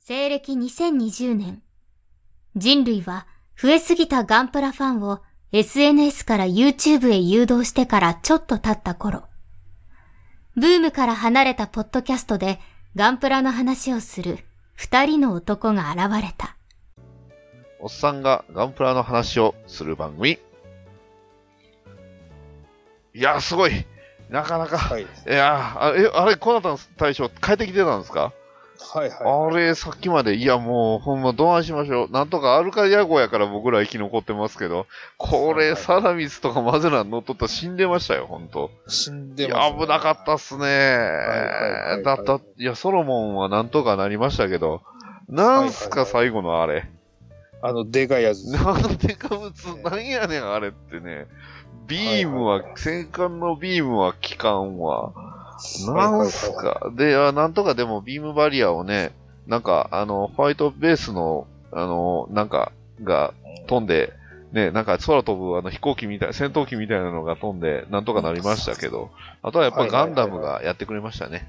西暦2020年、人類は増えすぎたガンプラファンを SNS から YouTube へ誘導してからちょっと経った頃、ブームから離れたポッドキャストでガンプラの話をする二人の男が現れた。おっさんがガンプラの話をする番組。いやー、すごいなかなか、、はいい。やーあえ、あれ、コナタン大将変えてきてたんですか、はいはあれ、さっきまで、いや、もう、ほんま、どないしましょう。なんとかアルカリア号やから僕ら生き残ってますけど、こはいはれ、いサラミスとかマゼラン乗っとったら死んでましたよ、ほんと。い。死んいでまやす、ね。危なかったっすね。いはいだった、いや、ソロモンはなんとかなりましたけど、なんすか、はいは最後のあれ。あの、でかいやつ。なんでかぶつ、なんやねん、あれってね。ビームはいはいはは、戦艦のビームは、機関は、はいはいなはいんすか。で、あなんとかでもビームバリアをね、なんか、あの、ホワイトベースの、あの、なんか、が飛んで、ね、なんか空飛ぶあの飛行機みたい、戦闘機みたいなのが飛んで、なんとかなりましたけど、あとはやっぱガンダムがやってくれましたね。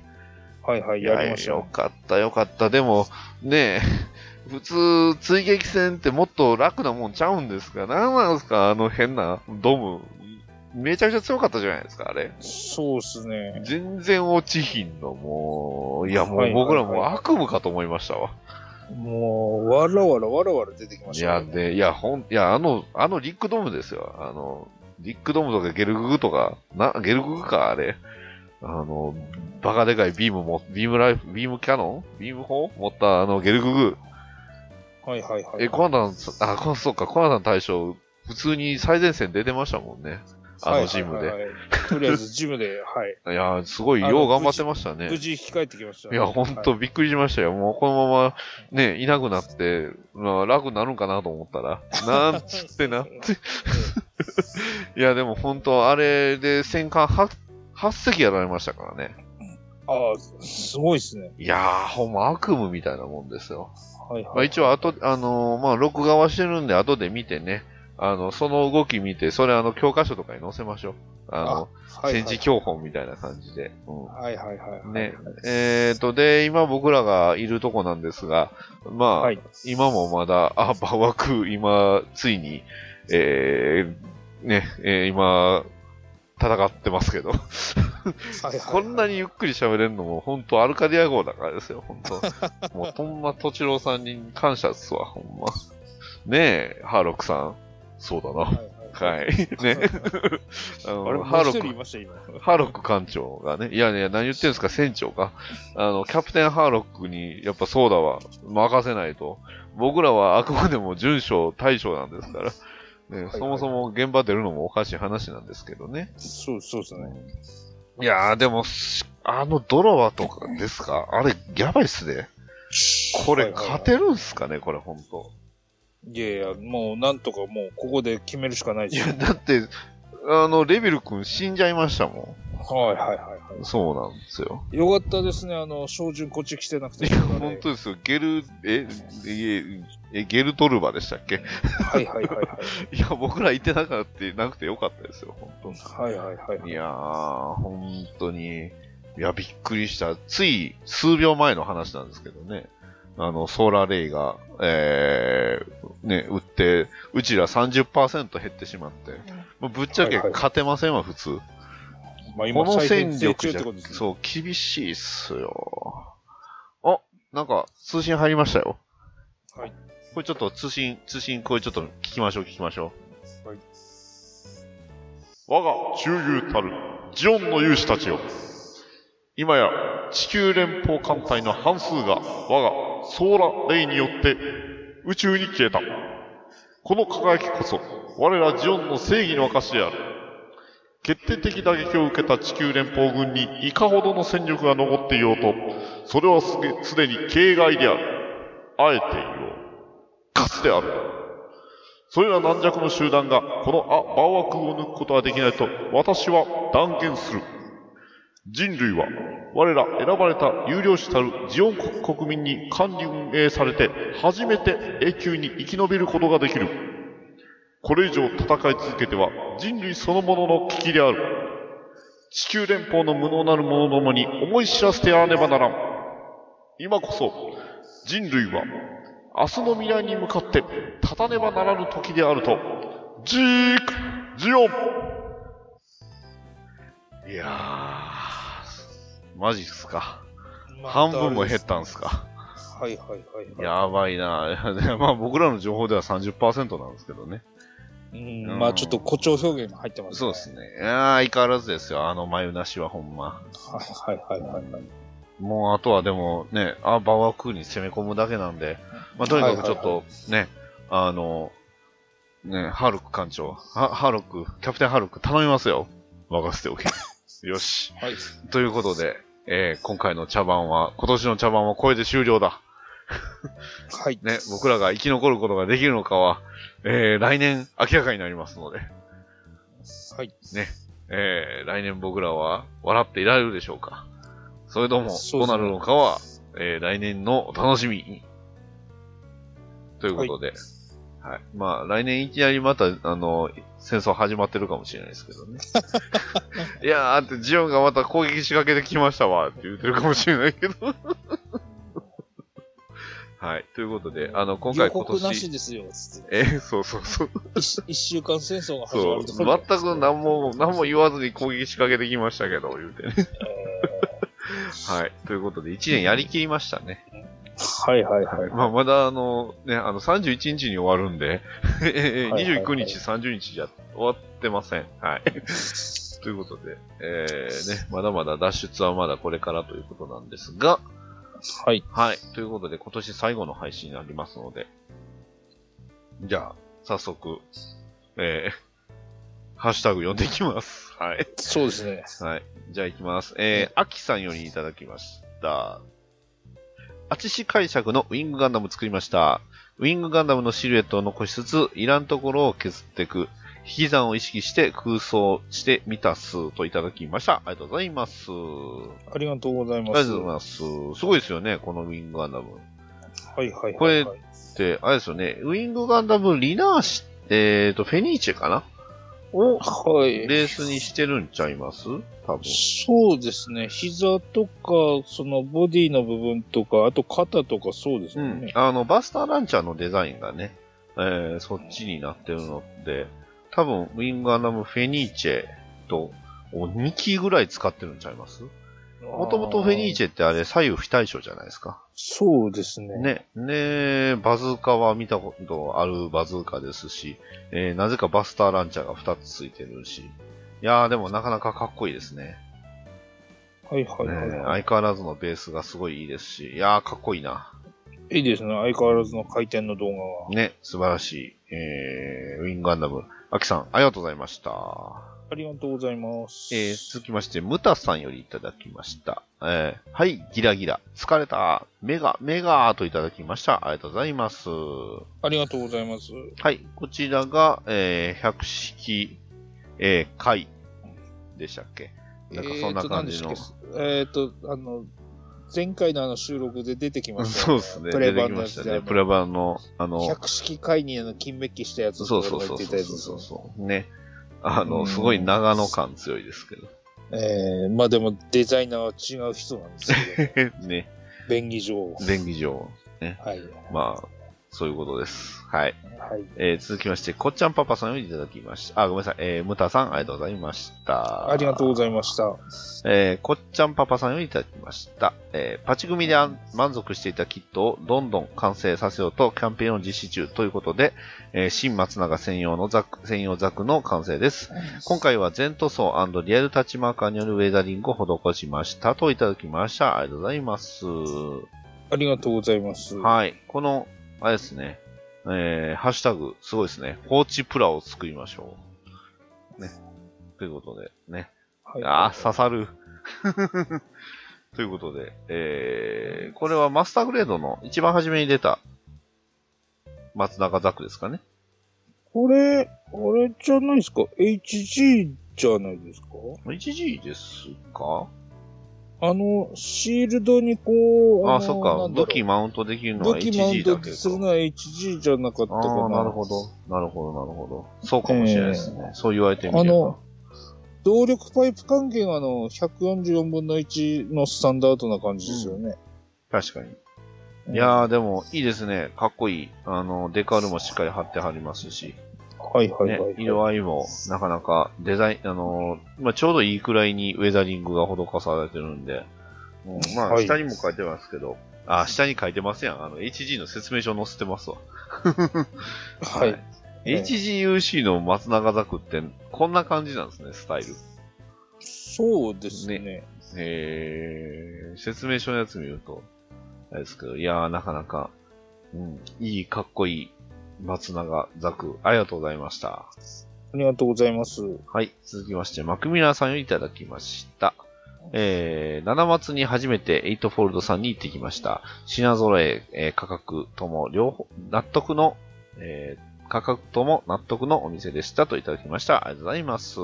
はいはい、いややりましよょかった、よかった。でも、ねえ、 普通、追撃戦ってもっと楽なもんちゃうんですが、なんなんすか、あの変なドム。めちゃくちゃ強かったじゃないですか、あれ。う。そうっすね。全然落ちひんの、もう、いや、もはうい僕らはいもうはい悪夢かと思いましたわ。もう、わらわらわらわら出てきまいしたや、ね。で、いや、ほん、いや、あの、あのリックドームですよ。あの、リックドームとかゲルググとか、な、ゲルググか、あれ。あの、バカでかいビームも、ビームライフ、ビームキャノンビーム砲持った、あの、ゲルググ。はいはいはい。え、コナダン、あ、こそうか、コナダン大将、普通に最前線出てましたもんね。あのジムはいで。はいはいはいとりあえずジ ムで、はい。いやー、すごい、あのよう頑張ってましたね無。事引き返ってきました、いや、ほんとはいびっくりしましたよ。もうこのまま、ね、いなくなって、まあ、楽になるんかなと思ったら、 なんつってなって。いや、でもほんと、あれで戦艦 8, 8隻やられましたからね。ああ、すごいっすね。いやー、ほんま悪夢みたいなもんですよ。はいはい。まあ、一応、あと、あのーまあ、録画はしてるんで、後で見てね。あの、その動き見て、それあの、教科書とかに載せましょう。あの、はいはい戦時教本みたいな感じで。うんはいはいはい。ね。えっ、と、で、今僕らがいるとこなんですが、まあ、はい。今もまだ、あ、バワク、今、ついに、えー、ね、えー今、戦ってますけど、こんなに。。にゆっくり喋れるのも、本当アルカディア号だからですよ、本当もう、とんまとちろうさんに感謝っすわ、ほんま。ねえ、ハーロックさん。そうだな。はいい。 ね。ああのれ、ハハーロロック。いック、ました、今。ハーロック艦長がね、いやいや、何言ってんすか、船長か。あの、キャプテンハーロックに、やっぱそうだわ、任せないと。僕らはあくまでも準将、大将なんですから。ね、はいそもそも現場出るのもおかしい話なんですけどね。そう、そうですね。いやー、でも、しあのドラワとかですかあれ、やばいっすね。こはれ、いはいはい勝てるんすかねこれ、ほんと。いやいや、もう、なんとかもう、ここで決めるしかないいじゃや、ん。だって、あの、レビル君死んじゃいましたもはいはいはいはん。そうなんですよ。い。よかったですね、あの、照準こっち来てなくて。いや、本当ですよ。ゲル、え、え、えゲルトルバでしたっけはいはいはいはい。いや、僕ら行ってなかった、なくてよかったですよ、本はいはいはい当はいい。やー、本当に。いや、びっくりした。つい数秒前の話なんですけどね。あの、ソーラーレイが、えー、ね、売って、うちら30%減ってしまって、もうぶっちゃけはいはい勝てませんわ、普通。まあ、この再戦編成力中っじゃてことですね。そう、厳しいっすよ。あ、なんか、通信入りましたよ。はい。これちょっと通信、通信、これちょっと聞きましょう、聞きましょう。はい。我が中勇たる、ジオンの勇士たちよ。今や、地球連邦艦隊の半数が、我がソーラレイによって、宇宙に消えた。この輝きこそ、我らジオンの正義の証である。決定的打撃を受けた地球連邦軍にいかほどの戦力が残っていようと、それはすですでに形骸である。あえて言おう。かつてある。それら軟弱の集団がこのあ、バーワクを抜くことはできないと私は断言する。人類は我ら選ばれた有料主たるジオン国国民に管理運営されて初めて永久に生き延びることができる。これ以上戦い続けては人類そのものの危機である。地球連邦の無能なる者どもに思い知らせてやらねばならん。今こそ、人類は明日の未来に向かって立たねばならぬ時であると、ジーク、ジオンいやー、マジっすか。まあ半分も減ったんすか。はいはいはいはい。やばいな でまあ僕らの情報では30%なんですけどね。うん、まあちょっと誇張表現が入ってますそうですね。いやー相変わらずですよ、あの眉なしはほんま。はいはいはいはいはい。もうあとはでもね、あバワークーに攻め込むだけなんで、まあとにかくちょっとね、あの、ね、ハルク艦長、はハルク、キャプテンハルク頼みますよ。任せておけ。よし。はい。ということで、えー今回の茶番は、今年の茶番はこれで終了だ。はい。ね、僕らが生き残ることができるのかは、えー来年明らかになりますので、はい。えー来年僕らは笑っていられるでしょうかそれとも、そどうでうなすねるのかは、えー来年のお楽しみに。ということで、はい。まあ、来年いきなりまた、あの、戦争始まってるかもしれないですけど ね。いやー、だってジオンがまた攻撃仕掛けてきましたわ、って言ってるかもしれないけど。はい。ということで、あの、今回予今告なし年、ですよ、つって。えーそうそうそう。一一週間戦争が始まそう、ると全く何も、何も言わずに攻撃仕掛けてきましたけど、言うて ね。はい。ということで、1年やりきりましたね。はいはいはい。まあ、まだ、あの、ね、あの、31日に終わるんで、えーはいはい29日、30日じゃ終わってません。 はい。ということで、えー、ね、まだまだ脱出はまだこれからということなんですが、はい。はい。ということで、今年最後の配信になりますので、じゃあ、早速、えー、 ハッシュタグ読んでいきます。はい。そうですね。はい。じゃあ行きます。えー、アキさんよりいただきました。アチシ解釈のウィングガンダム作りました。ウィングガンダムのシルエットを残しつつ、いらんところを削っていく。引き算を意識して空想してみたすといただきました。ありがとうございます。あありがとうございりまがす。とうございます。すごいですよね、このウィングガンダム。はいはいはいはい。これで、あれですよね、ウィングガンダムリナーシ、えーと、フェニーチェかなをはい。ベースにしてるんちゃいます多分。そうですね。膝とか、そのボディの部分とか、あと肩とかそうですうよんね。、あの、バスターランチャーのデザインがね、えーそっちになってるので、多分、ウィングアナムフェニーチェと、2機ぐらい使ってるんちゃいますもともとフェニーチェ。ェってあれ、左右非対称じゃないですか。そうですね。ね。ねバズーカは見たことあるバズーカですし、えーなぜかバスターランチャーが2つついてるし、いやーでもなかなかかっこいいですね。はいはいねはいはい。相変わらずのベースがすごいいいですし、いやーかっこいいな。いいですね。相変わらずの回転の動画は。ね、素晴らしい。えー、ウィングガンダム。アキさん、ありがとうございました。ありがとうございます。えー、続きまして、ムタさんよりいただきました。えー、はい、ギラギラ。疲れた。メガ、メガーといただきました。ありがとうございます。はありがとうございます。い、こちらが、えー、百式、えー、回でしたっけなんかそんな感じの。えーと何でしたっけえーと、あの、前回のあの収録で出てきましたそうよ、ですね。プレ出てきバンのまやしつたで。ね。プレバンの、あの、百式会にあの金メッキしたやつそうそうそうそうそうそう。ね。あの、すごい長野感強いですけど。ええー、まあでもデザイナーは違う人なんですけ ど、ね。便宜上。便宜上。はい。まあ、そういうことです。はい。はい。えー続きまして、こっちゃんパパさんよりいただきました。あ、ごめんなさい。えー、むたさん、ありがとうございました。ありがとうごいざいました。ます。えー、こっちゃんパパさんよりいただきました。えー、パチ組であん満足していたキットをどんどん完成させようとキャンペーンを実施中ということで、えー、新松永専用のザク、専用ザクの完成です。今回は全塗装リアルタッチマーカーによるウェザリングを施しましたといただきました。ありがとうございます。ありがとうございます。はい。この、あれですね。えー、ハッシュタグ、すごいですね。放置プラを作りましょう。ね。ということで、ね。はいあー、刺さる。 ということで、えー、これはマスターグレードの一番初めに出た松中ザクですかね。これ、あれじゃないですか ?HG じゃないですか 1G ですかあの、シールドにこう、あのー、そっなか。んだろ武う器マウントできるの武は器マウ 1G だけントか。するのは HG じゃなかったかあな。あ、なるほど。なるほど、なるほど。そうかもしれないですね。そう言われてみれば。あの動力パイプ関係があの、144分の1のスタンダードな感じですよね。確かに。うんいやー、でも、いいですね。かっこいい。あの、デカールもしっかり貼ってはりますし、はいはいはねいはい。、色合いも、なかなか、デザイン、あのー、まあ、ちょうどいいくらいにウェザリングが施されてるんで、うん、まあ、はい下にも書いてますけど、あ、下に書いてますやん。あの、HG の説明書載せてますわ。はい。 HGUC の松永ザクって、こんな感じなんですね、スタイル。そうですね。えー、説明書のやつ見ると、あれですけど、いやー、なかなか、うん、いい、かっこいい、松永ザク、ありがとうございました。ありがとうございます。はい、続きまして、マクミラーさんをいただきました。えー、7月に初めて8フォールドさんに行ってきました。品揃え、えー価格とも両方、納得の、えー価格とも納得のお店でしたといただきました。ありがとうございます。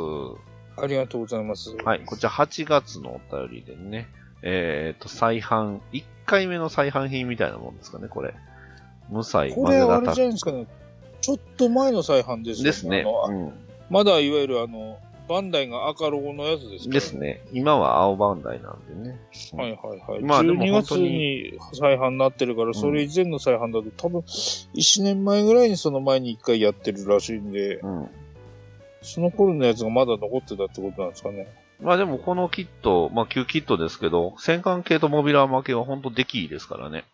ありがとうございます。はい、こちら8月のお便りでね、えーと、再販、1回目の再販品みたいなもんですかね、これ。無彩、これ、あれタじゃないですかね。ちょっと前の再販ですよね。ですね。あのうんまだいわゆるあの、バンダイが赤ロゴのやつですからです。ね。今は青バンダイなんでね。はいはいはい。まあでも12本月当に再販になってるから、それ以前の再販だと多分、1年前ぐらいにその前に1回やってるらしいんで、うん。その頃のやつがまだ残ってたってことなんですかね。まあでもこのキット、まあ旧キットですけど、戦艦系とモビラーマ系は本当できいいですからね。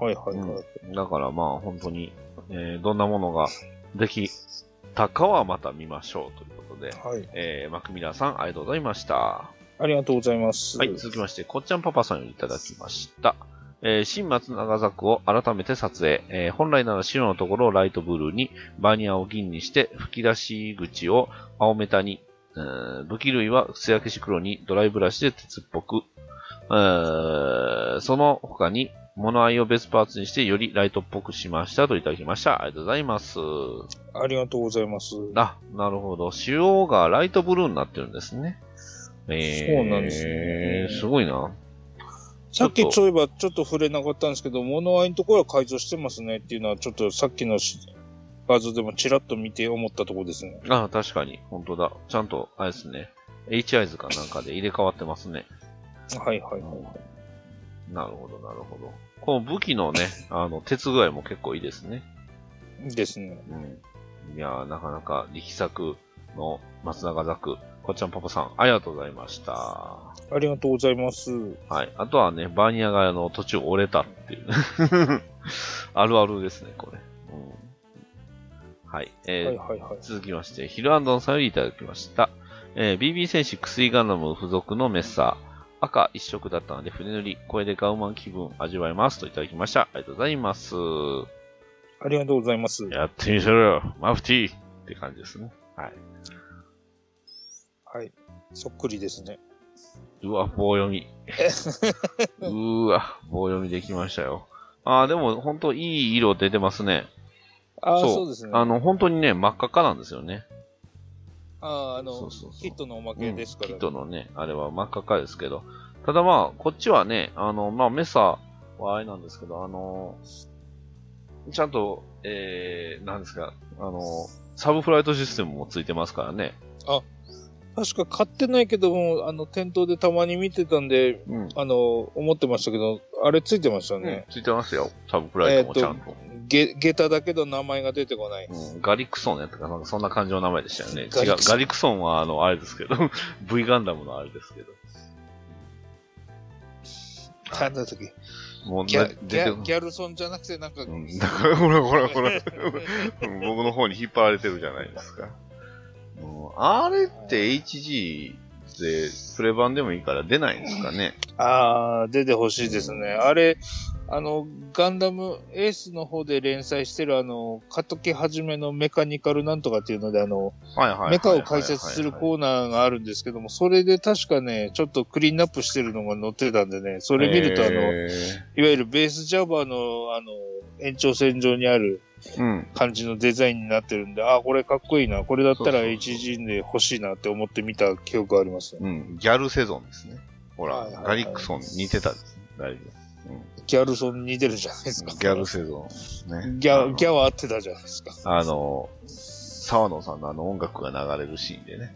はいはいはい。だからまあ本当に、えーどんなものができたかはまた見ましょうということで、はい。えーマクミラーさんありがとうございました。ありがとうございます。はい、続きまして、こっちゃんパパさんよりいただきました。えー新松長ザクを改めて撮影。えー本来なら白のところをライトブルーに、バーニアを銀にして、吹き出し口を青メタに、えー武器類は素焼けし黒に、ドライブラシで鉄っぽく、えーその他に、物合いを別パーツにして、よりライトっぽくしましたといただきました。ありがとうございます。ありがとうございます。あ、なるほど。仕様がライトブルーになってるんですね。えーそうなんですねすごいな。さっきちょいばちょっと触れなかったんですけど、物合いのところは改造してますねっていうのは、ちょっとさっきのし画像でもちらっと見て思ったところですね。あ確かに。本当だ。ちゃんと、あれですね。HI 図かなんかで入れ替わってますね。はいはいはい。なるほど、なるほど。この武器のね、あの、鉄具合も結構いいですね。ですね。うん。いやー、なかなか力作の松永ザク、こっちゃんパパさん、ありがとうございました。はありがとうございます。い。あとはね、バーニアがあの途中折れたって いう。あるあるですね、これ。うん。はい。えーはいはいはい。続きまして、ヒルアンドンさんよりいただきました。えー BB 戦士薬ガンダム付属のメッサー。赤一色だったので船塗り。これでガウマン気分味わえます。といただきました。ありがとうございます。ありがとうございます。やってみせろよ。マフティーって感じですね。はい。はい。そっくりですね。うわ、棒読 み。うーわ、棒読みできましたよ。あー、でも本当いい色出てますね。ああ、そうそうですね。あの、本当にね、真っ赤っかなんですよね。あーあのそうそうそうキットのおまうけんですから、キねットのね、あれは真っ赤っかですけど。ただまあ、こっちはね、あの、まあ、メサはあれなんですけど、あの、ちゃんと、えー、なんですか、あの、サブフライトシステムもついてますからね。確か買ってないけども、あの、店頭でたまに見てたんで、うん。あの、思ってましたけど、あれついてましたね。ついてますよ。サブフライトもちゃんと。げ下駄だけど名前が出てこない。うん、ガリクソンやったかな、なんかそんな感じの名前でしたよね。ガリ違うクソ、ンガリクソンはあの、あれですけど、V ガンダムのあれですけど。なんだったっけもうギな、ャギ出てャギャルソンじゃなくて、なんか、うんだから、ほらほらほら、うん 僕の方に引っ張られてるじゃないですか。うんあれって HG で、プレ版でもいいから出ないんですかね。 ああ、出てほしいですね。あれ、あの、ガンダムエースの方で連載してる、あの、カトケはじめのメカニカルなんとかっていうので、あの、はいはいはいはいはいはいメカを解説するコーナーがあるんですけども、それで確かね、ちょっとクリーンアップしてるのが載ってたんでね、それ見ると、あの、えいわゆるベースジャバーの、あの、延長線上にあるーうん。感じのデザインになってるんで、ああ、これかっこいいな。これだったらそうそうそ HG で欲しいなって思って見た記憶がありますね。うん。ギャルセゾンですね。ほら、はいはいはいガリクソン似てたですね。だいぶ。ギャルソン似てるじゃないですか。ギャルセゾン。ね。ギャ、ギャャは合ってたじゃないですか。あの、沢野さんのあの音楽が流れるシーンでね。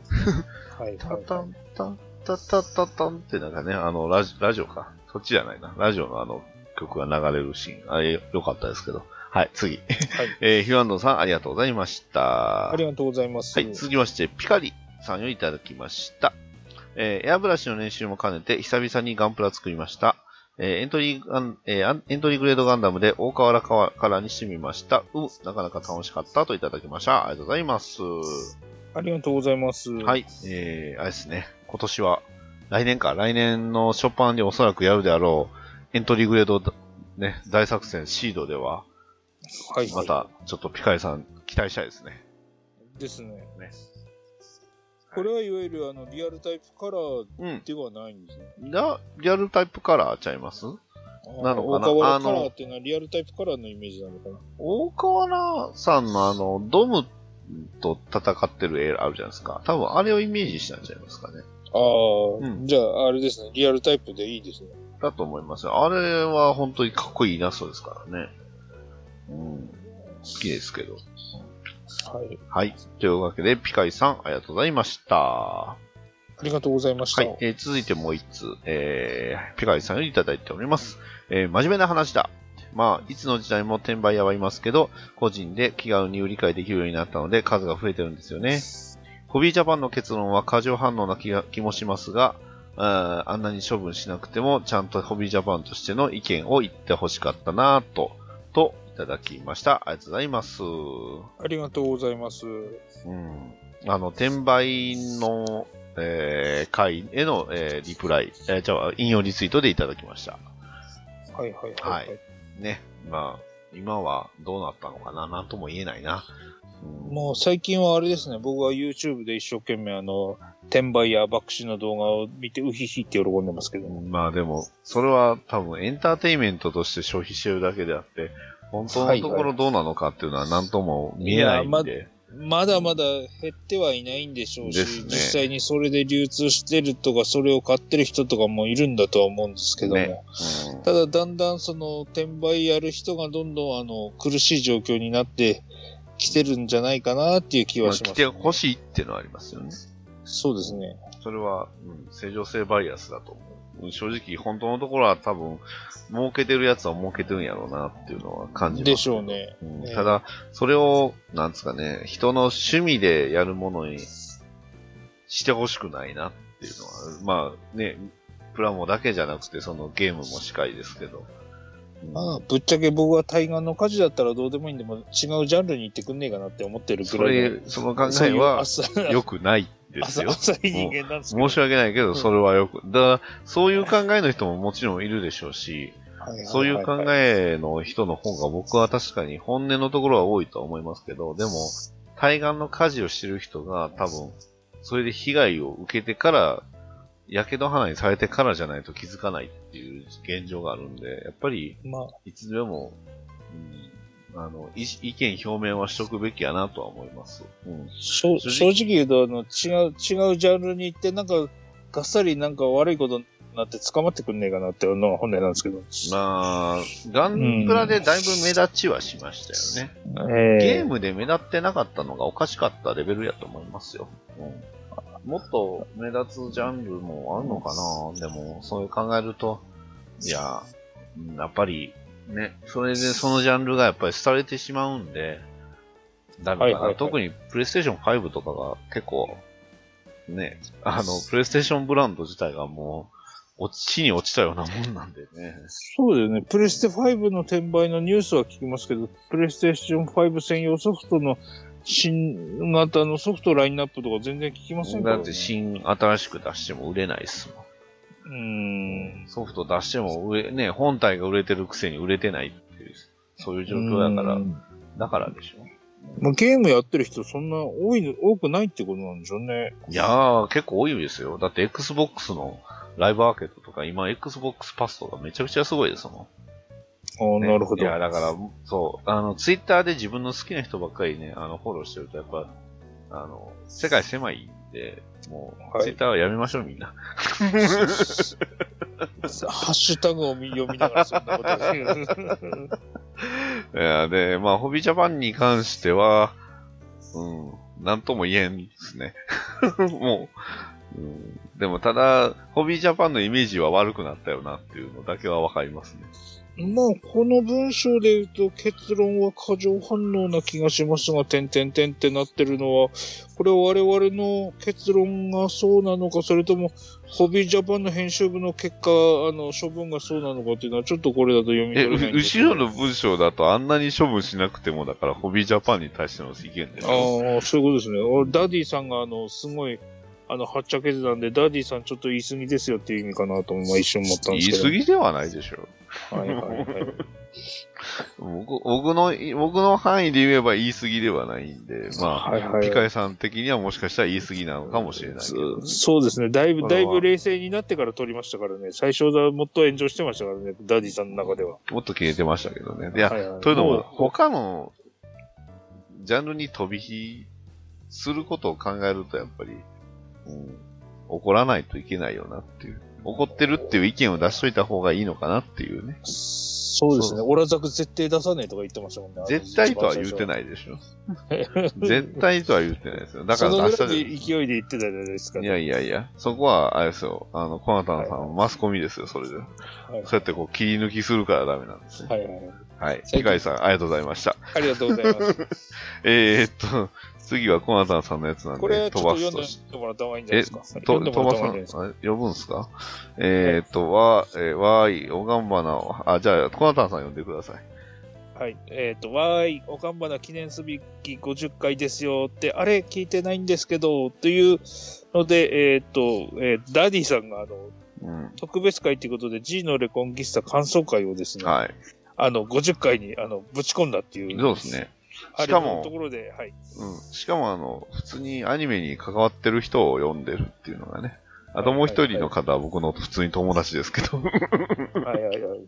はい、タタンタンタタタタンってなんかね、あの、ラジラジオか。そっちじゃないな。ラジオのあの、曲が流れるシーン。あれ、よかったですけど。はい、次。はい。 えー、ヒューアンドさん、ありがとうございました。ありがとうございます。はい、続きまして、ピカリさんをいただきました。えーエアブラシの練習も兼ねて、久々にガンプラ作りました。えーエントリーガン、えーアンエントリーグレードガンダムで大河原カラーにしてみました。うむ、なかなか楽しかったといただきました。ありがとうございます。ありがとうございます。。はいい、えー、あれですね、今年は、来年か、来年の初版でおそらくやるであろう、エントリーグレード、ね、大作戦シードでは、はい。また、ちょっとピカリさん、期待したいですね。ですね。ねこれはいわゆるあのリアルタイプカラーうん。ではないんですね。なリアルタイプカラーちゃいますなのかな大河あ原のカラーっていうのはリアルタイプカラーのイメージなのかな。大河原さんのあの、ドムと戦ってる絵あるじゃないですか。多分あれをイメージしたんじゃないですかね。ああ、うんじゃああれですね。リアルタイプでいいですね。だと思いますよ。あれは本当にかっこいいイラストですからね。うん。好きですけど。はい。はい。というわけで、ピカイさん、ありがとうございました。はありがとうございました。い。えー続いてもう一つ、えー、ピカイさんよりいただいております。えー真面目な話だ。まあ、いつの時代も転売屋はいますけど、個人で気軽に売り買いできるようになったので数が増えてるんですよね。ホビージャパンの結論は過剰反応な気が気もしますが、あーあんなに処分しなくても、ちゃんとホビージャパンとしての意見を言ってほしかったなぁと、と、いただきました。ありがとうございます。うありがとうございます。ん。あの、転売の、えー、会への、えーリプライ、えーじゃあ、引用リツイートでいただきました。はいはいはい、はいね。まあ、今はどうなったのかななんとも言えないな。うんもう最近はあれですね。僕は YouTube で一生懸命あの、転売や爆死の動画を見てウヒヒって喜んでますけども。まあでも、それは多分エンターテインメントとして消費してるだけであって、本当のところどうなのかっていうのは何とも見えないんで。いやまだまだ減ってはいないんでしょうし、ですね実際にそれで流通してるとか、それを買ってる人とかもいるんだとは思うんですけども。ねうんただ、だんだんその、転売やる人がどんどんあの、苦しい状況になってきてるんじゃないかなっていう気まはあし来ます、てほしいっていうのはありますよね。そうですね。それは、うん、正常性バイアスだと思う。正直、本当のところは多分、儲けてるやつは儲けてるんやろうなっていうのは感じます。でしょうね。うんねただ、それを、なんですかね、人の趣味でやるものにしてほしくないなっていうのは、まあね、プラモだけじゃなくて、そのゲームもしかりですけど。まあ、ぶっちゃけ僕は対岸の火事だったらどうでもいいんで、もう違うジャンルに行ってくんねえかなって思ってるそくらいれの。、その考えはそういう良くないです浅よ。浅い人間なんですけど。申し訳ないけど、んそれはよく。だから、そういう考えの人ももちろんいるでしょうし、はいはいそういう考はいえの人の方が僕は確かに本音のところは多いとは思いますけど、でも、対岸の火事をしてる人が多分、それで被害を受けてから、やけど花にされてからじゃないと気づかないっていう現状があるんで、やっぱり、まあ、いつでも、うん、あの、意意見表明はしとくべきやなとは思います。うん。正正直正直言うと、あの、違う、違うジャンルに行って、なんか、がっさりなんか悪いことになって捕まってくんねえかなっていうのが本音なんですけど。まあ、ガンプラでだいぶ目立ちはしましたよね。ゲえームで目立ってなかったのがおかしかったレベルやと思いますよ。うん、もっと目立つジャンルもあるのかなでも、そういう考えると、いや、うんやっぱり、ね、それでそのジャンルがやっぱり廃れてしまうんで、ダメかな、はいはいはい特にプレイステーション5とかが結構、ね、あの、プレイステーションブランド自体がもう、落ちに落ちたようなもんなんでね。そうだよね。プレステ5の転売のニュースは聞きますけど、プレイステーション5専用ソフトの新型のソフトラインナップとか全然聞きませんかだら、ね。って新、新しく出しても売れないですもん。うーん。ソフト出しても売れ、ね、本体が売れてるくせに売れてないっていう、そういう状況だからう、んだからでしょ。まあ、ゲームやってる人そんな多いの、多くないってことなんでしょうね。いやー、結構多いですよ。だって Xbox のライブアーケードとか、今 Xbox パスとかめちゃくちゃすごいですもああ、ん、ねなるほど。い や、だから、そう、あの、Twitter で自分の好きな人ばっかりね、あの、フォローしてると、やっぱ、あの、世界狭いんで、もう、はい Twitter はやめましょう、みんな。ハッシュタグを読みながらそんなこと言いう や、で、まあ、ホビージャパンに関しては、うん、なんとも言えんですね。 もう、うん、でもただ、ホビージャパンのイメージは悪くなったよなっていうのだけはわかりますね。まあ、この文章で言うと結論は過剰反応な気がしますが、点点点ってなってるのは、これ我々の結論がそうなのか、それとも、ホビージャパンの編集部の結果、あの、処分がそうなのかっていうのは、ちょっとこれだと読みえ、取れないうんですけ後ど。ろの文章だとあんなに処分しなくても、だから、ホビージャパンに対しての意見でしょ。ああ、そういうことですね。俺ダディさんが、あの、すごい、あの、はっちゃけてたんで、ダディさんちょっと言い過ぎですよっていう意味かなと、まあ、一瞬思ったん言でいすけど。過ぎではないでしょう。はいはいはい。 僕僕の、僕の範囲で言えば言い過ぎではないんで、まあ、はいはいピカイさん的にはもしかしたら言い過ぎなのかもしれないけど。そそうですね。だいぶ、これだはいぶ冷静になってから撮りましたからね。最初はもっと炎上してましたからね。ダディさんの中では。もっと消えてましたけどね。いや、はいはいというのも、も他のジャンルに飛び火することを考えると、やっぱり、うん、怒らないといけないよなっていう。怒ってるっていう意見を出しといた方がいいのかなっていうね。そうですね。オラザク絶対出さねえとか言ってましたもんね。絶対とは言うてい。ないでしょ。絶対とは言うてないですよ。だかそのら出ぐしらたいじゃで勢いで言ってたじゃないですか。いやいやいや、そこは、あれですよ、あの、コナタンさん、はマスコミですよ、それで。はいそうやってこう、切り抜きするからダメなんですね。はいはい。はい。ピカイさん、ありがとうございました。ありがとうござい ます。えー、っと、次はコナタンさんのやつなんこで、れち飛ょっばとす読んとでし。もらった方がいいんじゃないえ、ですか。と読んで飛もらばっすた方がいいんのじゃないですか。あ呼ぶんすかえー、っと、わ、えー、わーい、おがんばなを、あ、じゃあ、コナタンさん呼んでください。はい。えっ、と、わーい、おかんばな記念すべき50回ですよって、あれ聞いてないんですけど、というので、えっ、と、えーダディさんが、あの、うん。特別会ということで G のレコンギスタ感想会をですね、はい。あの、50回に、あの、ぶち込んだっていう。そうです。ね。あしれかのもところで、はい。 うん。しかも、あの、普通にアニメに関わってる人を呼んでるっていうのがね。あともう一人の方は僕の普通に友達ですけど。はいはいは い。はい。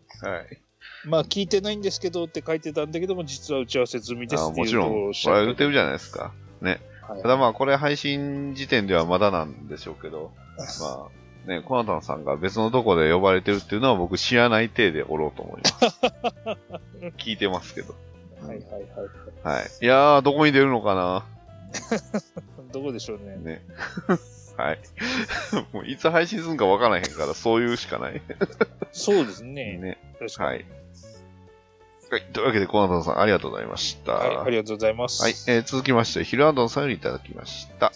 まあ、聞いてないんですけどって書いてたんだけども、実は打ち合わせ済みですあってもいうちとろころん、を我しゃ々べ打ってるじゃないですか。ね。はいただまあ、これ配信時点ではまだなんでしょうけ ど、まあ、ね、コナタンさんが別のとこで呼ばれてるっていうのは僕知らない体でおろうと思います。 聞いてますけど。はいはいはい。はい。いやー、どこに出るのかなどこでしょうね。ね。 はい。 もういつ配信するんかわからへんから、そういうしかない。そうですね。ね。確かに。はい。はい。というわけで、コナタンさんありがとうございました。はい、ありがとうございます。はい、えー続きまして、ヒルアンドンさんよりいただきました。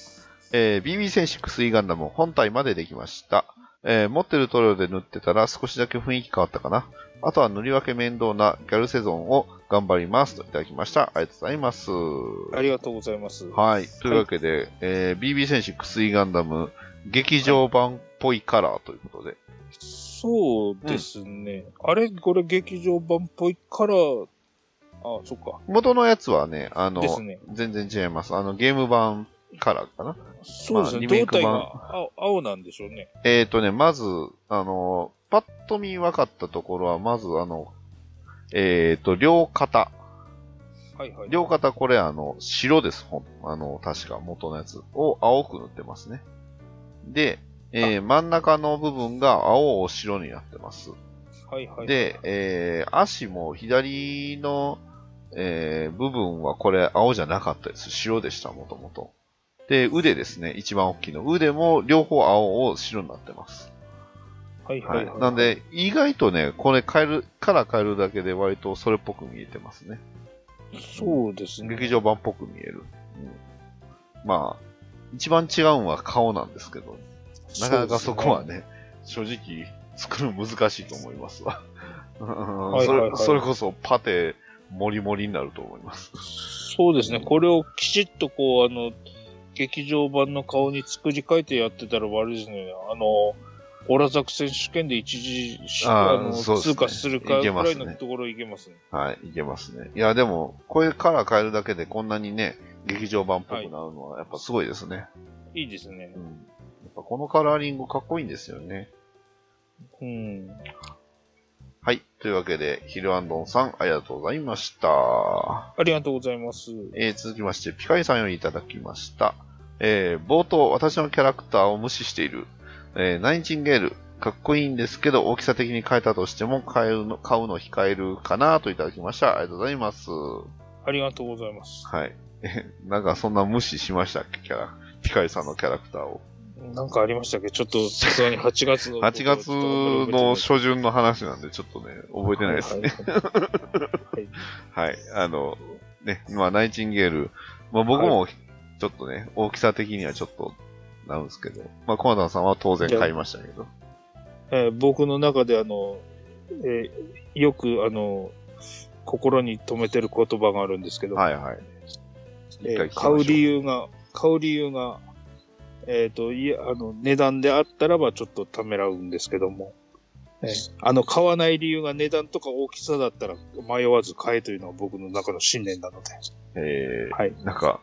えー BB 戦士薬ガンダム本体までできました。えー持ってる塗料で塗ってたら少しだけ雰囲気変わったかな。あとは塗り分け面倒なギャルセゾンを頑張りますといただきました。ありがとうございます。ありがとうございます。はい。というわけで、えー BB 戦士薬ガンダム劇場版っぽいカラーということで。そうですね。あれこれ劇場版っぽいから、あ、そっか。元のやつはね、あので、すね。全然違います。あの、ゲーム版カラーかな。そうでまあすリね。メイ胴ク版体が青青なんでしょうね。えーとね、まず、あの、パッと見分かったところは、まずあの、えーと、両肩。はいはい。両肩これあの、白です、ほん。あの、確か元のやつを青く塗ってますね。で、えー真ん中の部分が青を白になってます。はいはい。で、えー足も左の、えー部分はこれ青じゃなかったです。白でした、もともと。で、腕ですね、一番大きいの。腕も両方青を白になってます。はいは、はいい、なん、で、意外とね、これ変える、カラー変えるだけで割とそれっぽく見えてますね。そうですね。劇場版っぽく見える。うん、まあ、一番違うんは顔なんですけど、なかなかそこはね、正直作るの難しいと思いますわ。うんいそはいれはいそれこそパテ、モリモリになると思います。そうですね。これをきちっとこう、あの、劇場版の顔に作り変えてやってたら悪いですね。あの、オラザク選手権で一時しあーあの、そうですね通過するかいぐけまらすいねのところいけますね。はい、いけますね。いや、でも、こういうカラー変えるだけでこんなにね、劇場版っぽくなるのはやっぱすごいですね。いいですねう。ん、やっぱこのカラーリングかっこいいんですよね。うん。はい。というわけで、ヒルアンドンさん、ありがとうございました。ありがとうございます。えー続きまして、ピカイさんよりいただきました。えー冒頭、私のキャラクターを無視している。えーナインチンゲール、かっこいいんですけど、大きさ的に変えたとしても、買うの、買うの控えるかなといただきました。ありがとうございます。はありがとうございます。い。えなんかそんな無視しましたっけ、キャラ。ピカイさんのキャラクターを。なんかありましたっけちょっとさすがに8月 の。 8月の初旬の話なんで、ちょっとね、覚えてないですね。はい。はい。あの、ね、まあ、ナイチンゲール、まあ、僕も、ちょっとね、大きさ的にはちょっと、なんですけど、まあ、コマダンさんは当然買いましたけど。えー僕の中であの、えーよくあの、心に留めてる言葉があるんですけど、はいはい。一回聞きまえーし買ょう理由が、買う理由が、えっ、と、いや、あの、値段であったらばちょっとためらうんですけども、えーあの、買わない理由が値段とか大きさだったら迷わず買えというのが僕の中の信念なので、えーはい。なんか、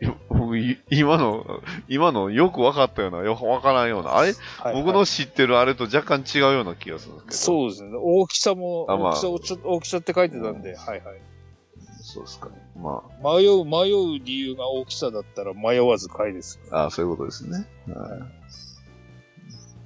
よ僕、い今の、今のよく分かったような、よく分からんような、あれ、はい僕はいの知ってるあれと若干違うような気がするんですけど。そうですね。大きさも、あまあ大きさをちょっと、大きさって書いてたんで、はいはい。そうですかね。ま迷う、迷う理由が大きさだったら迷わず買 いです。あ、あそういうことですね。はい。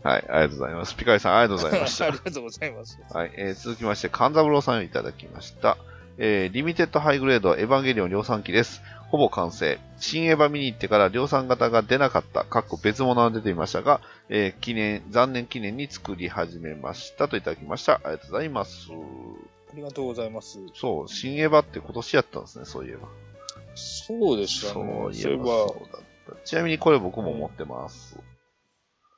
はい、ありがとうございます。ピカイさん、ありがとうございましあたり。がとうございます。はい、えー続きまして、勘三郎さんをいただきました。えーリミテッドハイグレードエヴァンゲリオン量産機です。ほぼ完成。新エヴァ見に行ってから量産型が出なかった、かっこ別物は出ていましたが、えー記念、残念記念に作り始めましたといただきました。ありがとうございます。ありがとうございます。そう、新エヴァって今年やったんですね、そういえば。そうでしたそねう。いそうえいえばば、そうだった。ちなみにこれ僕も持ってます。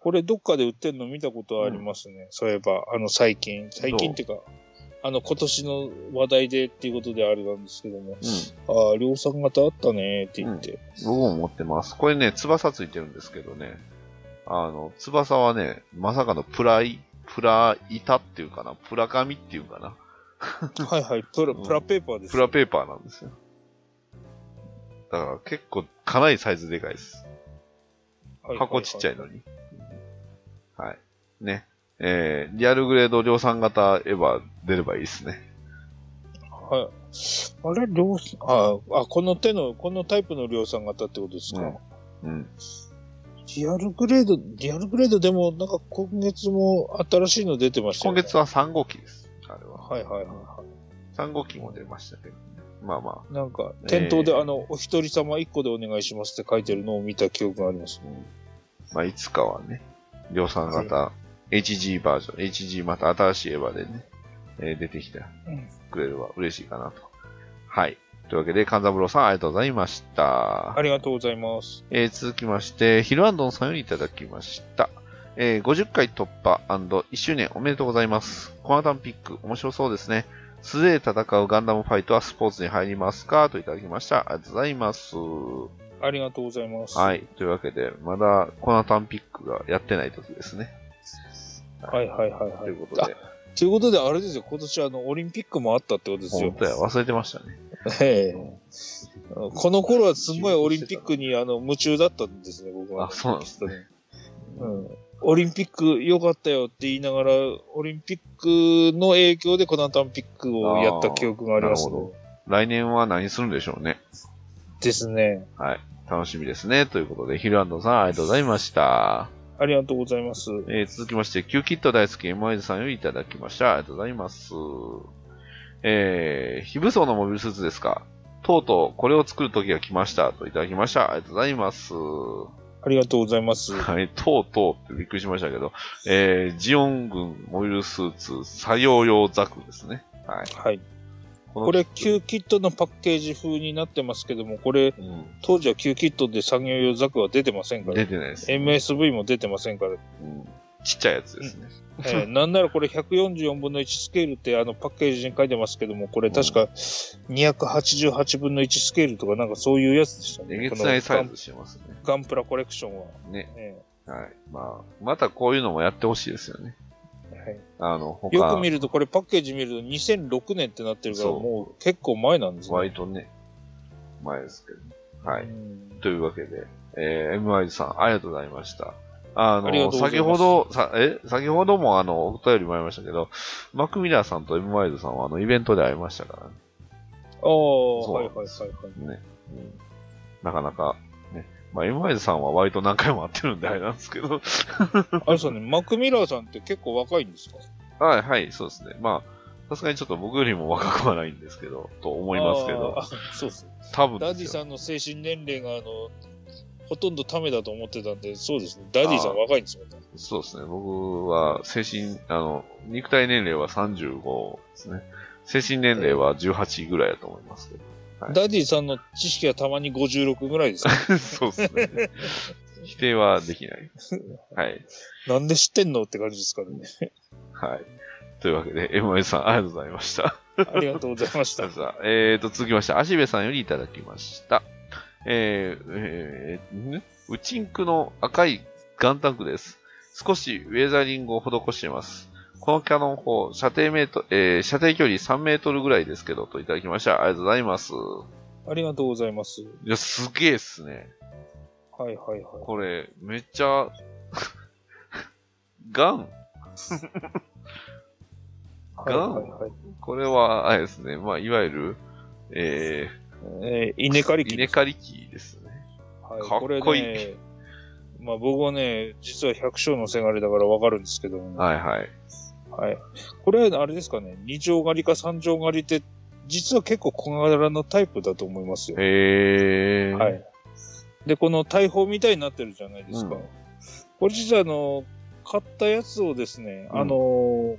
これどっかで売ってんの見たことありますね。そういえば、あの最近、最近っていうか、あの今年の話題でっていうことであれなんですけども、うん。ああ、量産型あったねって言って、僕も持ってます。これね、翼ついてるんですけどね。あの、翼はね、まさかのプライ、プライタっていうかな、プラ紙っていうかな、はいはい、プラ、うんプラペーパーです。プラペーパーなんですよ。だから結構、かなりサイズでかいです。はい箱ちっちゃい。いのに。はい。ね。えー、リアルグレード量産型エヴァ出ればいいですね。はい。あれ、量産、ああ、この手の、このタイプの量産型ってことですか、うんうん。リアルグレード、リアルグレードでも、なんか今月も新しいの出てました今よね。月は3号機です。あれは。はいはいはいは3号機も出ましたけどね。まあまい。なんか、えー店頭で、あの、お一人様一個でお願いしますって書いてるのを見た記憶がありますあ。、うんまあ、いつかはね、量産型、HG バージョン、HG また新しいエヴァでね、えー出てきてうんくれれば嬉しいかなと。はい。というわけで、勘三郎さんありがとうございました。ありがとうございます。えー続きまして、ヒルアンドンさんよりいただきました。えー50回突破 &1 周年おめでとうございます。コマタンピック、面白そうですね。素手で戦うガンダムファイトはスポーツに入りますかといただきました。ありがとうございます。ありがとうございます。。はいい。というわけで、まだコナタンピックがやってない時ですね。はいはいはいはとい。いうことで、ということで、あれですよ、今年あの、オリンピックもあったってことですよ本。当や、忘れてましたね。ええこの頃はすんごいオリンピックにあの夢中だったんですね、僕はあ、。そうなんですね。うんオリンピック良かったよって言いながら、オリンピックの影響でコナタンピックをやった記憶がありまあすーなるね。来年は何するんでしょうね。ですね。はい。楽しみですね。ということで、ヒルアンドンさんありがとうございました。ありがとうございます。えー続きまして、キューキット大好き MY さんよりいただきました。ありがとうございます。えー、非武装のモビルスーツですかとうとうこれを作る時が来ましたといただきました。ありがとうございます。ありがとうございます。はい、とうとうってびっくりしましたけど、えー、ジオン軍モビルスーツ作業用ザクですね。はい。はい。このこれ、キューキットのパッケージ風になってますけども、これ、うん、当時はキューキットで産業用ザクは出てませんから出、てないです、 MSV も出てませんから、うんちっちゃいやつですね。えーなんならこれ144分の1スケールってあのパッケージに書いてますけども、これ確か288分の1スケールとかなんかそういうやつでしたね。えげつないこのサガインズしてますね。ガンプラコレクションは。ね。えはい。まあ、またこういうのもやってほしいですよね。ーはいあの、他よく見ると、これパッケージ見ると2006年ってなってるから、そうもう結構前なんですね。割とね、前ですけど。はうい。んというわけで、えー、MY さん、ありがとうございました。あありがの、とうござ先いまほすど、さえ、先ほどもあの、お便りもありましたけど、マクミラーさんと MY さんはあの、イベントで会いましたかああ、そうはいはいはいはい。らね。ね。うん、なかなか、ね。まあ、MY さんは割と何回も会ってるんであれなんですけど。あれそう ね、マクミラーさんって結構若いんですかはい、はい、そうですね。まあ、さすがにちょっと僕よりも若くはないんですけど、と思いますけどあ、ーあそうです。 多分ダでデすィよさんの精神年齢があの、ほとんどためだと思ってたんで、そうですね。ダディさあんー若いんですもんね。そうですね。僕は、精神、あの、肉体年齢は35ですね。精神年齢は18ぐらいだと思いますけ ど。はいダディさんの知識はたまに56ぐら いですね。そうですね。否定はでき ない。はい。なんで知ってんのって感じです からね。はい。というわけで、MA さん、ありがとうございました。ありがとうございましさたあ。さあえーと、続きまして、足部さんよりいただきました。えー、えー、んウチンクの赤いガンンクです。少しウェザリングを施しています。このキャノン砲、射程メート、えー射程距離3メートルぐらいですけど、といただきました。ありがとうございます。ありがとうございます。いや、すげえっすね。はいはいはい。これ、めっちゃ、 ガン。はいはいはい。これは、あれですね。まあ、いわゆる、ええー、稲刈りー、機稲です。刈り機ですね。はいかっこいいれね、まあ僕はね、実は百姓のせがれだからわかるんですけども、はいはい。はい。これはあれですかね、二畳狩りか三畳狩りって、実は結構小柄なタイプだと思いますよ。へえー。はい。で、この大砲みたいになってるじゃないですか。うんこれ実はあの、買ったやつをですね、うんあの、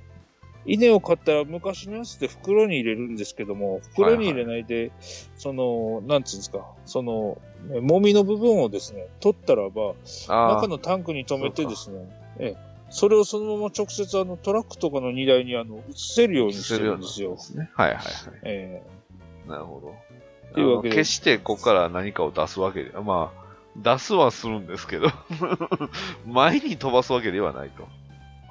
稲を買った昔のやつで袋に入れるんですけども、袋に入れないで、その、なんつうんですか、その、ねもみの部分をですね、取ったらば、あ中ーのタンクに留めてですね、ええ、それをそのまま直接あのトラックとかの荷台にあの移せるようにしてるんですよ。すね。はいはいはい。えなるほど。というわけであの決してここから何かを出すわけで、まあ、出すはするんですけど、 前に飛ばすわけではないと。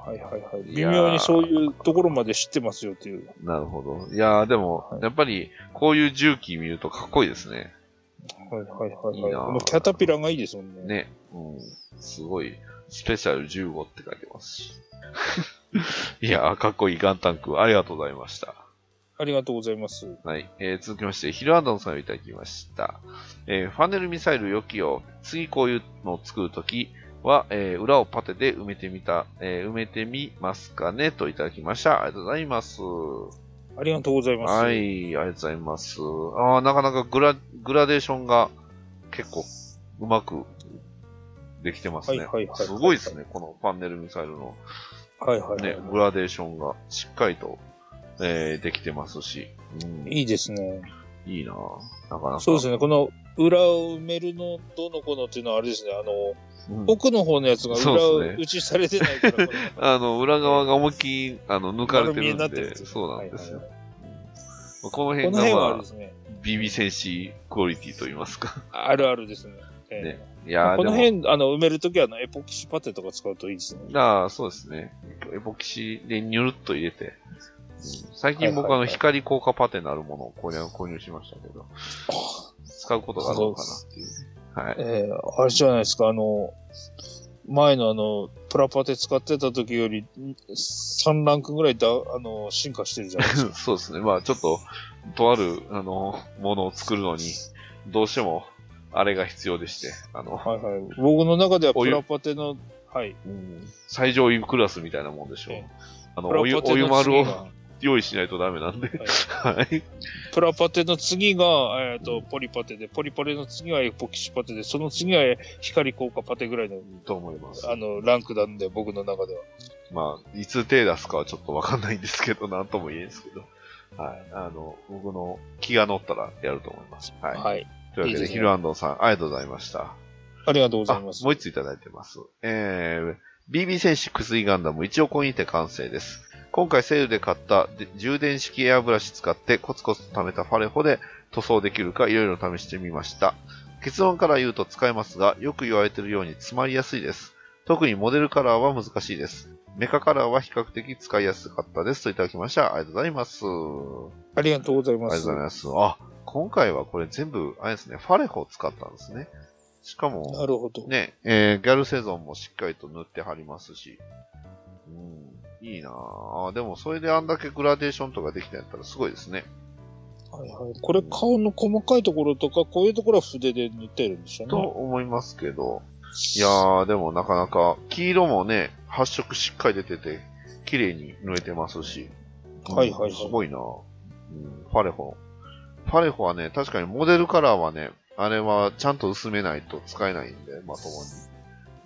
えはいはいはい。い微やー妙にそういうところまで知ってますよっていう。なるほど。いやー、でも、はいやっぱり、こういう重機見るとかっこいいですね。はいはいはいいいはい。なーもうキャタピラがいいですもんね。ね。うん。すごい、スペシャル15って書いてますし。 いやー、かっこいいガンタンク、ありがとうございました。ありがとうございます。はい、えー続きまして、ヒルアンドンさんをいただきました。えーファネルミサイル予期を、次こういうのを作るときは、えー裏をパテで埋めてみた、えー埋めてみますかねといただきました。ありがとうございます。ありがとうございます。はい、ありがとうございます。ああ、なかなかグラ、グラデーションが結構うまくできてますね。はいはいはいはいすごいですね、このファネルミサイルのはいはいはいね、グラデーションがしっかりと、えーできてますし。うんいいですね。いいなぁなかなか。そうですね。この裏を埋めるのどうのこうのっていうのはあれですね。あの、うん奥の方のやつが裏そをうですね打ちされてな いから、これあの、裏側が思いっきり、あの、抜かれて丸見えるにんなで、ってるんですよそうなんですよ。はいうんこのこ辺の辺が、はあれまですね。あ、ビビ戦士クオリティと言います か。あるあるですね。ええねいやーこのでも、辺、あの、埋めるときは、あの、エポキシパテとか使うといいですね。ああ、そうですね。エポキシでニュルっと入れて、うん最近僕、はいはあいはの、い光効果パテなるものをこれ購入しましたけど、使うことがあるのかなっていう。はい。 ええあれじゃないですか、あの、前のあの、プラパテ使ってた時より、3ランクぐらいだ、あの、進化してるじゃな いですか。そうですね。まあ、ちょっと、とある、あの、ものを作るのに、どうしても、あれが必要でして、あの、はいはい。僕の中ではおプ湯ラパテの、はい。最上位クラスみたいなもんでしょうええ。あの、プラお湯、パおテ湯の丸次を が、用意しないとダメなんで。はい。プラパテの次が、えっ、と、ポリパテで、ポリパテの次はエポキシパテで、その次は光効果パテぐらいの、と思います。あの、ランクなんで、僕の中では。まあ、いつ手出すかはちょっとわかんないんですけど、なんとも言えんですけど。はい。あの、僕の気が乗ったらやると思います。はい。はい。というわけいいでで、すねヒルアンドンさん、ありがとうございました。ありがとうごあ、ざいもうます。一ついただいてます。えー、BB 戦士薬ガンダム一応ここにて完成です。今回セールで買ったで充電式エアブラシ使ってコツコツと貯めたファレホで塗装できるかいろいろ試してみました。結論から言うと使えますが、よく言われているように詰まりやすいです。特にモデルカラーは難しいです。メカカラーは比較的使いやすかったですといただきました。ありがとうございます。ありがとうございありまがとうす。ございます。あ、今回はこれ全部、あれですね、ファレホを使ったんですね。しかも、なるほど。ね、えーギャルセゾンもしっかりと塗って貼りますし。うん、いいなぁ。あーでもそれであんだけグラデーションとかできたんやったらすごいですね。はいはい。これ顔の細かいところとか、こういうところは筆で塗ってるんでしょうね。と思いますけど。いやー、でもなかなか、黄色もね、発色しっかり出てて、綺麗に塗れてますし。うんはいはいはいすごいなぁ、うん、ファレホ。ファレホはね、確かにモデルカラーはね、あれはちゃんと薄めないと使えないんで、まとも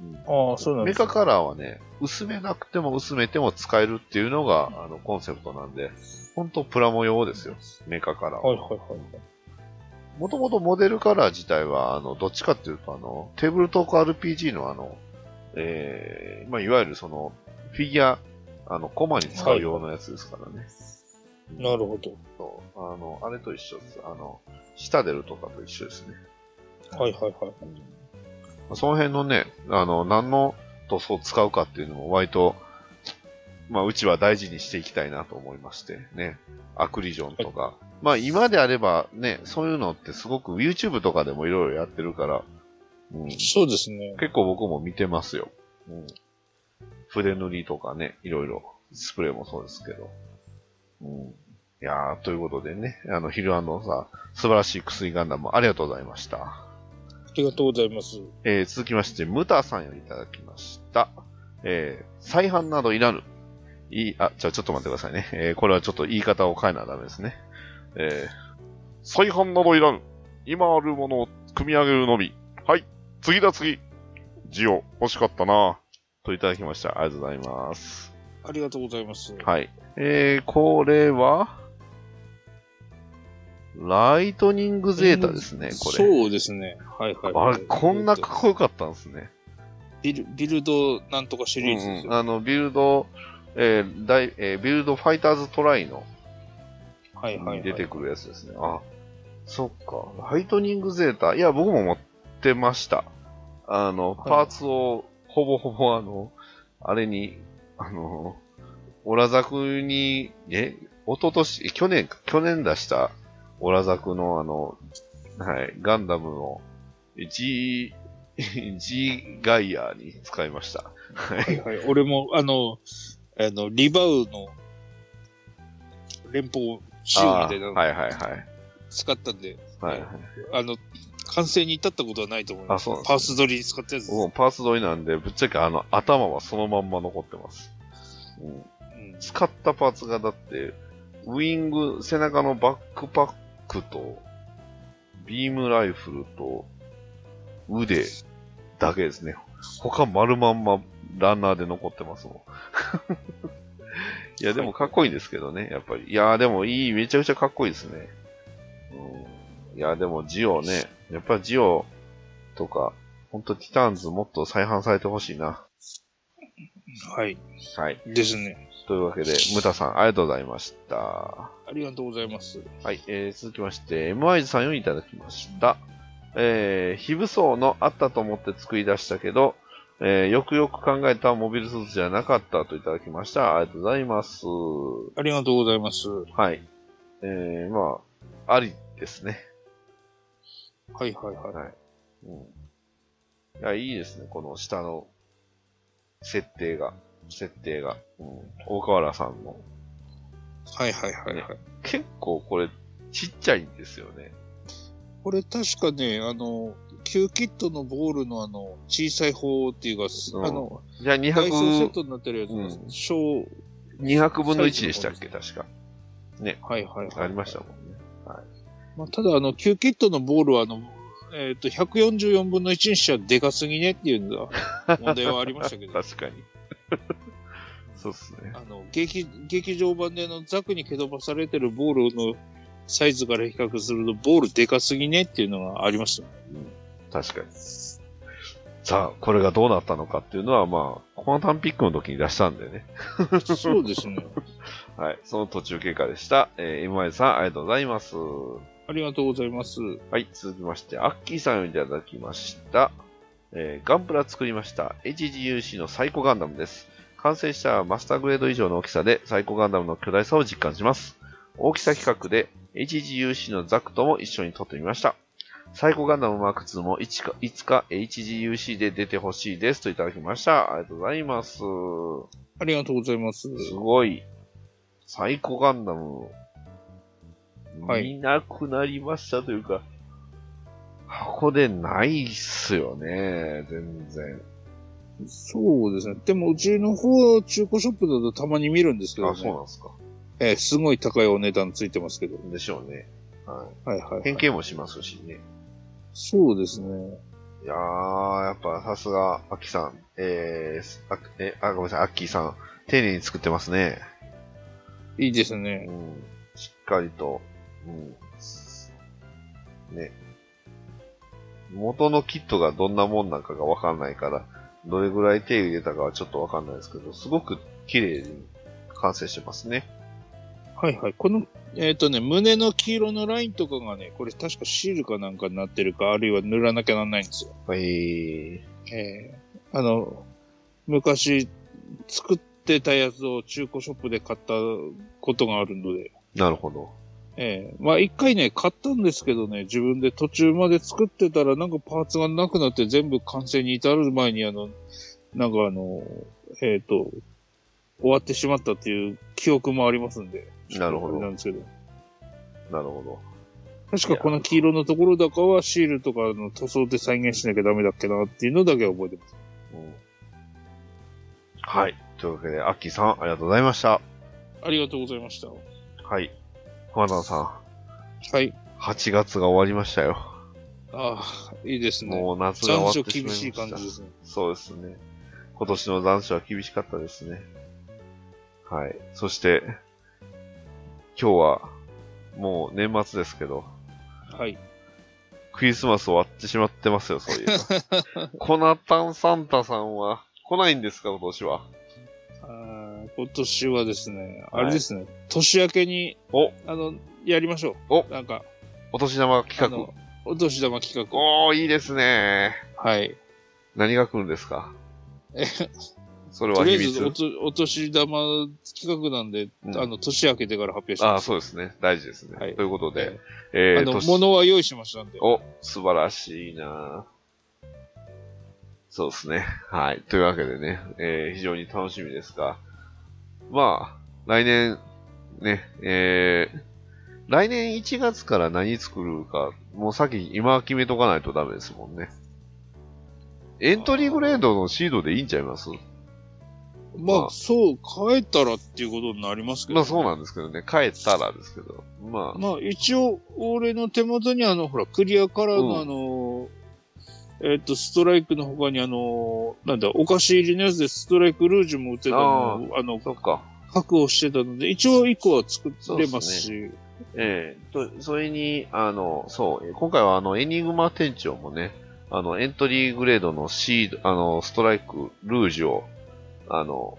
に。うんああ、そうなんメですカカラーはね、薄めなくても薄めても使えるっていうのが、あの、コンセプトなんで、ほんとプラモ用ですよ、メカカラーはいは。はいはい。もともとモデルカラー自体は、あの、どっちかっていうと、あの、テーブルトーク RPG のあの、えー、まあ、いわゆるその、フィギュア、あの、コマに使う用のやつですからね。なるほど。そう。あの、あれと一緒です。あの、シタデルとかと一緒ですね。はいはいはい。その辺のね、あの、何の塗装を使うかっていうのも割と、まあ、うちは大事にしていきたいなと思いましてね。アクリジョンとか。まあ、今であればね、そういうのってすごく YouTube とかでもいろいろやってるから、うん、結そうですね。構僕も見てますよ。うん、筆塗りとかね、いろいろ、スプレーもそうですけど。うん、いやー、ということでね、あの、ヒルアンのさ、素晴らしい薬ガンダムありがとうございました。ありがとうございます。えー続きまして、ムタさんよりいただきました。えー再販などいらぬ。いい、あ、じゃあちょっと待ってくださいね。えーこれはちょっと言い方を変えなダメですね。え再販などいらぬ。今あるものを組み上げるのみ。はい、次だ次。ジオ、欲しかったな。ーといただきました。ありがとうございます。ありがとうございます。はい。えーこれは、ライトニングゼータですね、これ。そうですね。はいはいはい。あれ、こんなかっこよかったんですね。ビル、ビルドなんとかシリーズですよ。あの、ビルド、えーダイえービルドファイターズトライのはいはい、はい。出てくるやつですね。あ、そっか。ライトニングゼータ。いや、僕も持ってました。あの、いパーツを、ほぼほぼ、あの、あれに、あの、オラザクに、え、一昨年え去年か、去年出した、オラザクのあの、はい、ガンダムの G、G ガイアに使いました。はいはい。俺も、あの、あの、リバウの連邦仕様みたいなあーのはいはいはい。使ったんで、はいはいあの、完成に至ったことはないと思いまあ、す。そうなんですパース取り使ったやつです。僕もパーツ取りなんで、ぶっちゃけあの頭はそのまんま残ってます。うん、うん使ったパーツがだって、ウィング、背中のバックパックと、ビームライフルと、腕だけですね。他丸まんまランナーで残ってますもん。 いや、でもかっこいいですけどね、やっぱり。いやー、でもいい、めちゃくちゃかっこいいですね。うん、いや、でもジオね、やっぱジオとか、ほんとティターンズもっと再販されてほしいな。はい。はい。ですね。というわけで、ムタさん、ありがとうございました。はありがとうございます。い、えー、続きまして、MY さんをいただきました。えー、非武装のあったと思って作り出したけど、えー、よくよく考えたモビルスーツじゃなかったといただきました。ありがとうございます。ありがとうございます。ははい。えー、まあ、ありですね。いはいはい。はい。うん。いや、いいですね、この下の設定が。設定が。うん。大河原さんの。はいはいはいはい。結構これ、ちっちゃいんですよね。これ確かね、あの、Q キットのボールのあの、小さい方っていうか、すうんあの、じゃあダイソーセ200ッ、トになってるやつ、うん小、 200分の1でしたっけ、確か。はいはいはい。ありましたもんね。まあ、ただ、あの、キューキットのボールは、あの、えっ、と、144分の1にしちゃでかすぎねっていうのが問題はありましたけど、確かに。 そうっすね。あの、劇、劇場版であの、ザクに蹴飛ばされてるボールのサイズから比較すると、ボールでかすぎねっていうのがあり ましたね。確かに。さあ、これがどうなったのかっていうのは、まあ、コマタンピックの時に出したんでね。そうですね。はい。その途中経過でした。えー、MY さん、ありがとうございます。ありがとうございます。はい、続きまして、アッキーさんをいただきました。えーガンプラ作りました。HGUC のサイコガンダムです。完成したらマスターグレード以上の大きさで、サイコガンダムの巨大さを実感します。大きさ比較で、HGUC のザクとも一緒に撮ってみました。サイコガンダムマーク2もいつかいつか HGUC で出てほしいですといただきました。ありがとうございます。すありがとうございます。ごい。サイコガンダム、はい見なくなりましたというか、箱でないっすよね、全然。そうですね。でも、うちの方、中古ショップだとたまに見るんですけど、あ、ね、そうなんですか。えーすごい高いお値段ついてますけど。でしょうね。ははいはい、はいい。。変形もしますしね。そうですね。いやー、やっぱさすが、アキさん、えー、あ、え、あ、ごめんなさい、アッキーさん、丁寧に作ってますね。いいですうね。ん、しっかりと、うん。ね。元のキットがどんなもんなんかがわかんないから、どれぐらい手入れたかはちょっとわかんないですけど、すごく綺麗に完成してますね。はいはい。この、えっ、とね、胸の黄色のラインとかがね、これ確かシールかなんかになってるか、あるいは塗らなきゃなんないんですよ。はい。えーあの、昔作ってたやつを中古ショップで買ったことがあるので、なるほど。えーまあ一回ね、買ったんですけどね、自分で途中まで作ってたらなんかパーツがなくなって全部完成に至る前にあの、なんかあの、えっ、と、終わってしまったっていう記憶もありますんで。なるほどあれなんですけど。なるほど。確かこの黄色のところだかはシールとかの塗装で再現しなきゃダメだっけなっていうのだけは覚えてます。うん、はい。というわけで、アッキーさん、ありがとうございました。ありがとうございました。ははい。熊田さい。ん、8月が終わりましたよ。ああ、いいですね。もう夏が終わ残ってし暑まい厳まししいた。感じですね。そうですね。今年の残暑は厳しかったですね。はい。そして、今日は、もう年末ですけど、はい。クリスマス終わってしまってますよ、そういえ ば。コナタンサンタさんは来ないんですか、今年は。あー今年はですね、はあいれですね、年明けに、おあの、やりましょう。おなんか、お年玉あ企画の。、お年玉企画。おー、いいですね。はい。何が来るんですかえそれとはりあ秘えずお密と、お年玉企画なんで、うんあの、年明けてから発表しあまあ、す。そうですね。大事ですね。はいということで、あえー、の、年物は用意しましたんで。お、素晴らしいなぁそうですね。はい。というわけでね、えー非常に楽しみですが、まあ、来年、ね、えー来年1月から何作るか、もう先今決めとかないとダメですもんね。エントリーグレードのシードでいいんちゃいますままああ、そう、変えたらっていうことになりますけど。まあそうなんですけどね、帰ったらですけど、まあ、まあ一応、俺の手元にあの、ほら、クリアカラーうんのあの、えっ、と、ストライクの他にあの、なんだ、お菓子入りのやつでストライクルージュも売ってたのを、あの、そっか。確保してたので、一応一個は作れますし、ええと、それに、あの、そう、えー今回はあの、エニグマ店長もね、あの、エントリーグレードのシード、あの、ストライク、ルージュを、あの、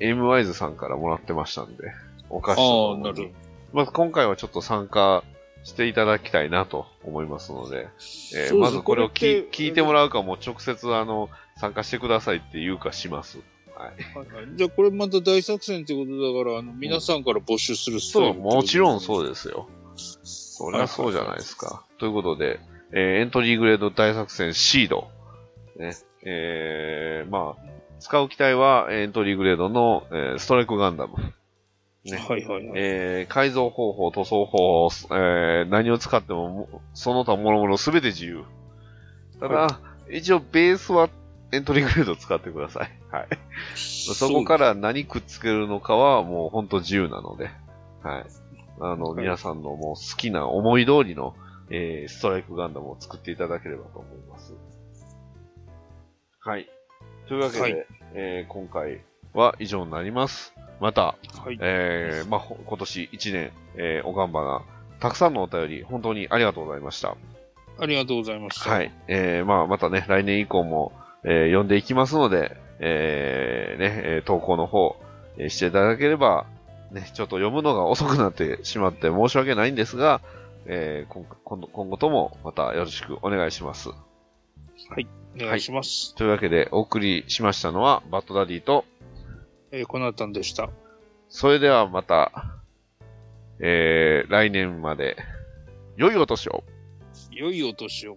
エムワイズさんからもらってましたんで、お菓子とともああなにるまず今回はちょっと参加していただきたいなと思いますので、えーそうですまずこれを聞これって聞いてもらうか、もう直接あの、参加してくださいって言うかします。はいはいじゃあこれまた大作戦ってことだから、あの、皆さんから募集するスタイそルう、もちろんそうでですよ。そりゃそうじゃないですか。ということで、えーエントリーグレード大作戦シード。ね。えー、まあ、使う機体はえーエントリーグレードの、えーストライクガンダム。ね。はいはいはい。えー改造方法、塗装方法、えー何を使ってもも、その他もろもろすべて自由。ただ、は一応ベースはエントリーグレードを使ってください。はい。そこから何くっつけるのかはもうほんと自由なので、はい。あの、はい皆さんのもう好きな思い通りの、えーストライクガンダムを作っていただければと思います。はい。というわけで、はいえー今回は以上になります。また、はい。えーまあ、ほ今年1年、えーおがんばが、たくさんのお便り、本当にありがとうございました。ありがとうございました。はい。えーまあ、またね、来年以降も、えー読んでいきますので、えーね、えー投稿の方、えーしていただければ、ね、ちょっと読むのが遅くなってしまって申し訳ないんですが、えー今今度今後ともまたよろしくお願いします。お願いします。というわけで、お送りしましたのは、バッドダディと、えー、このあたんでした。それではまた、えー来年まで、良いお年を良いお年を。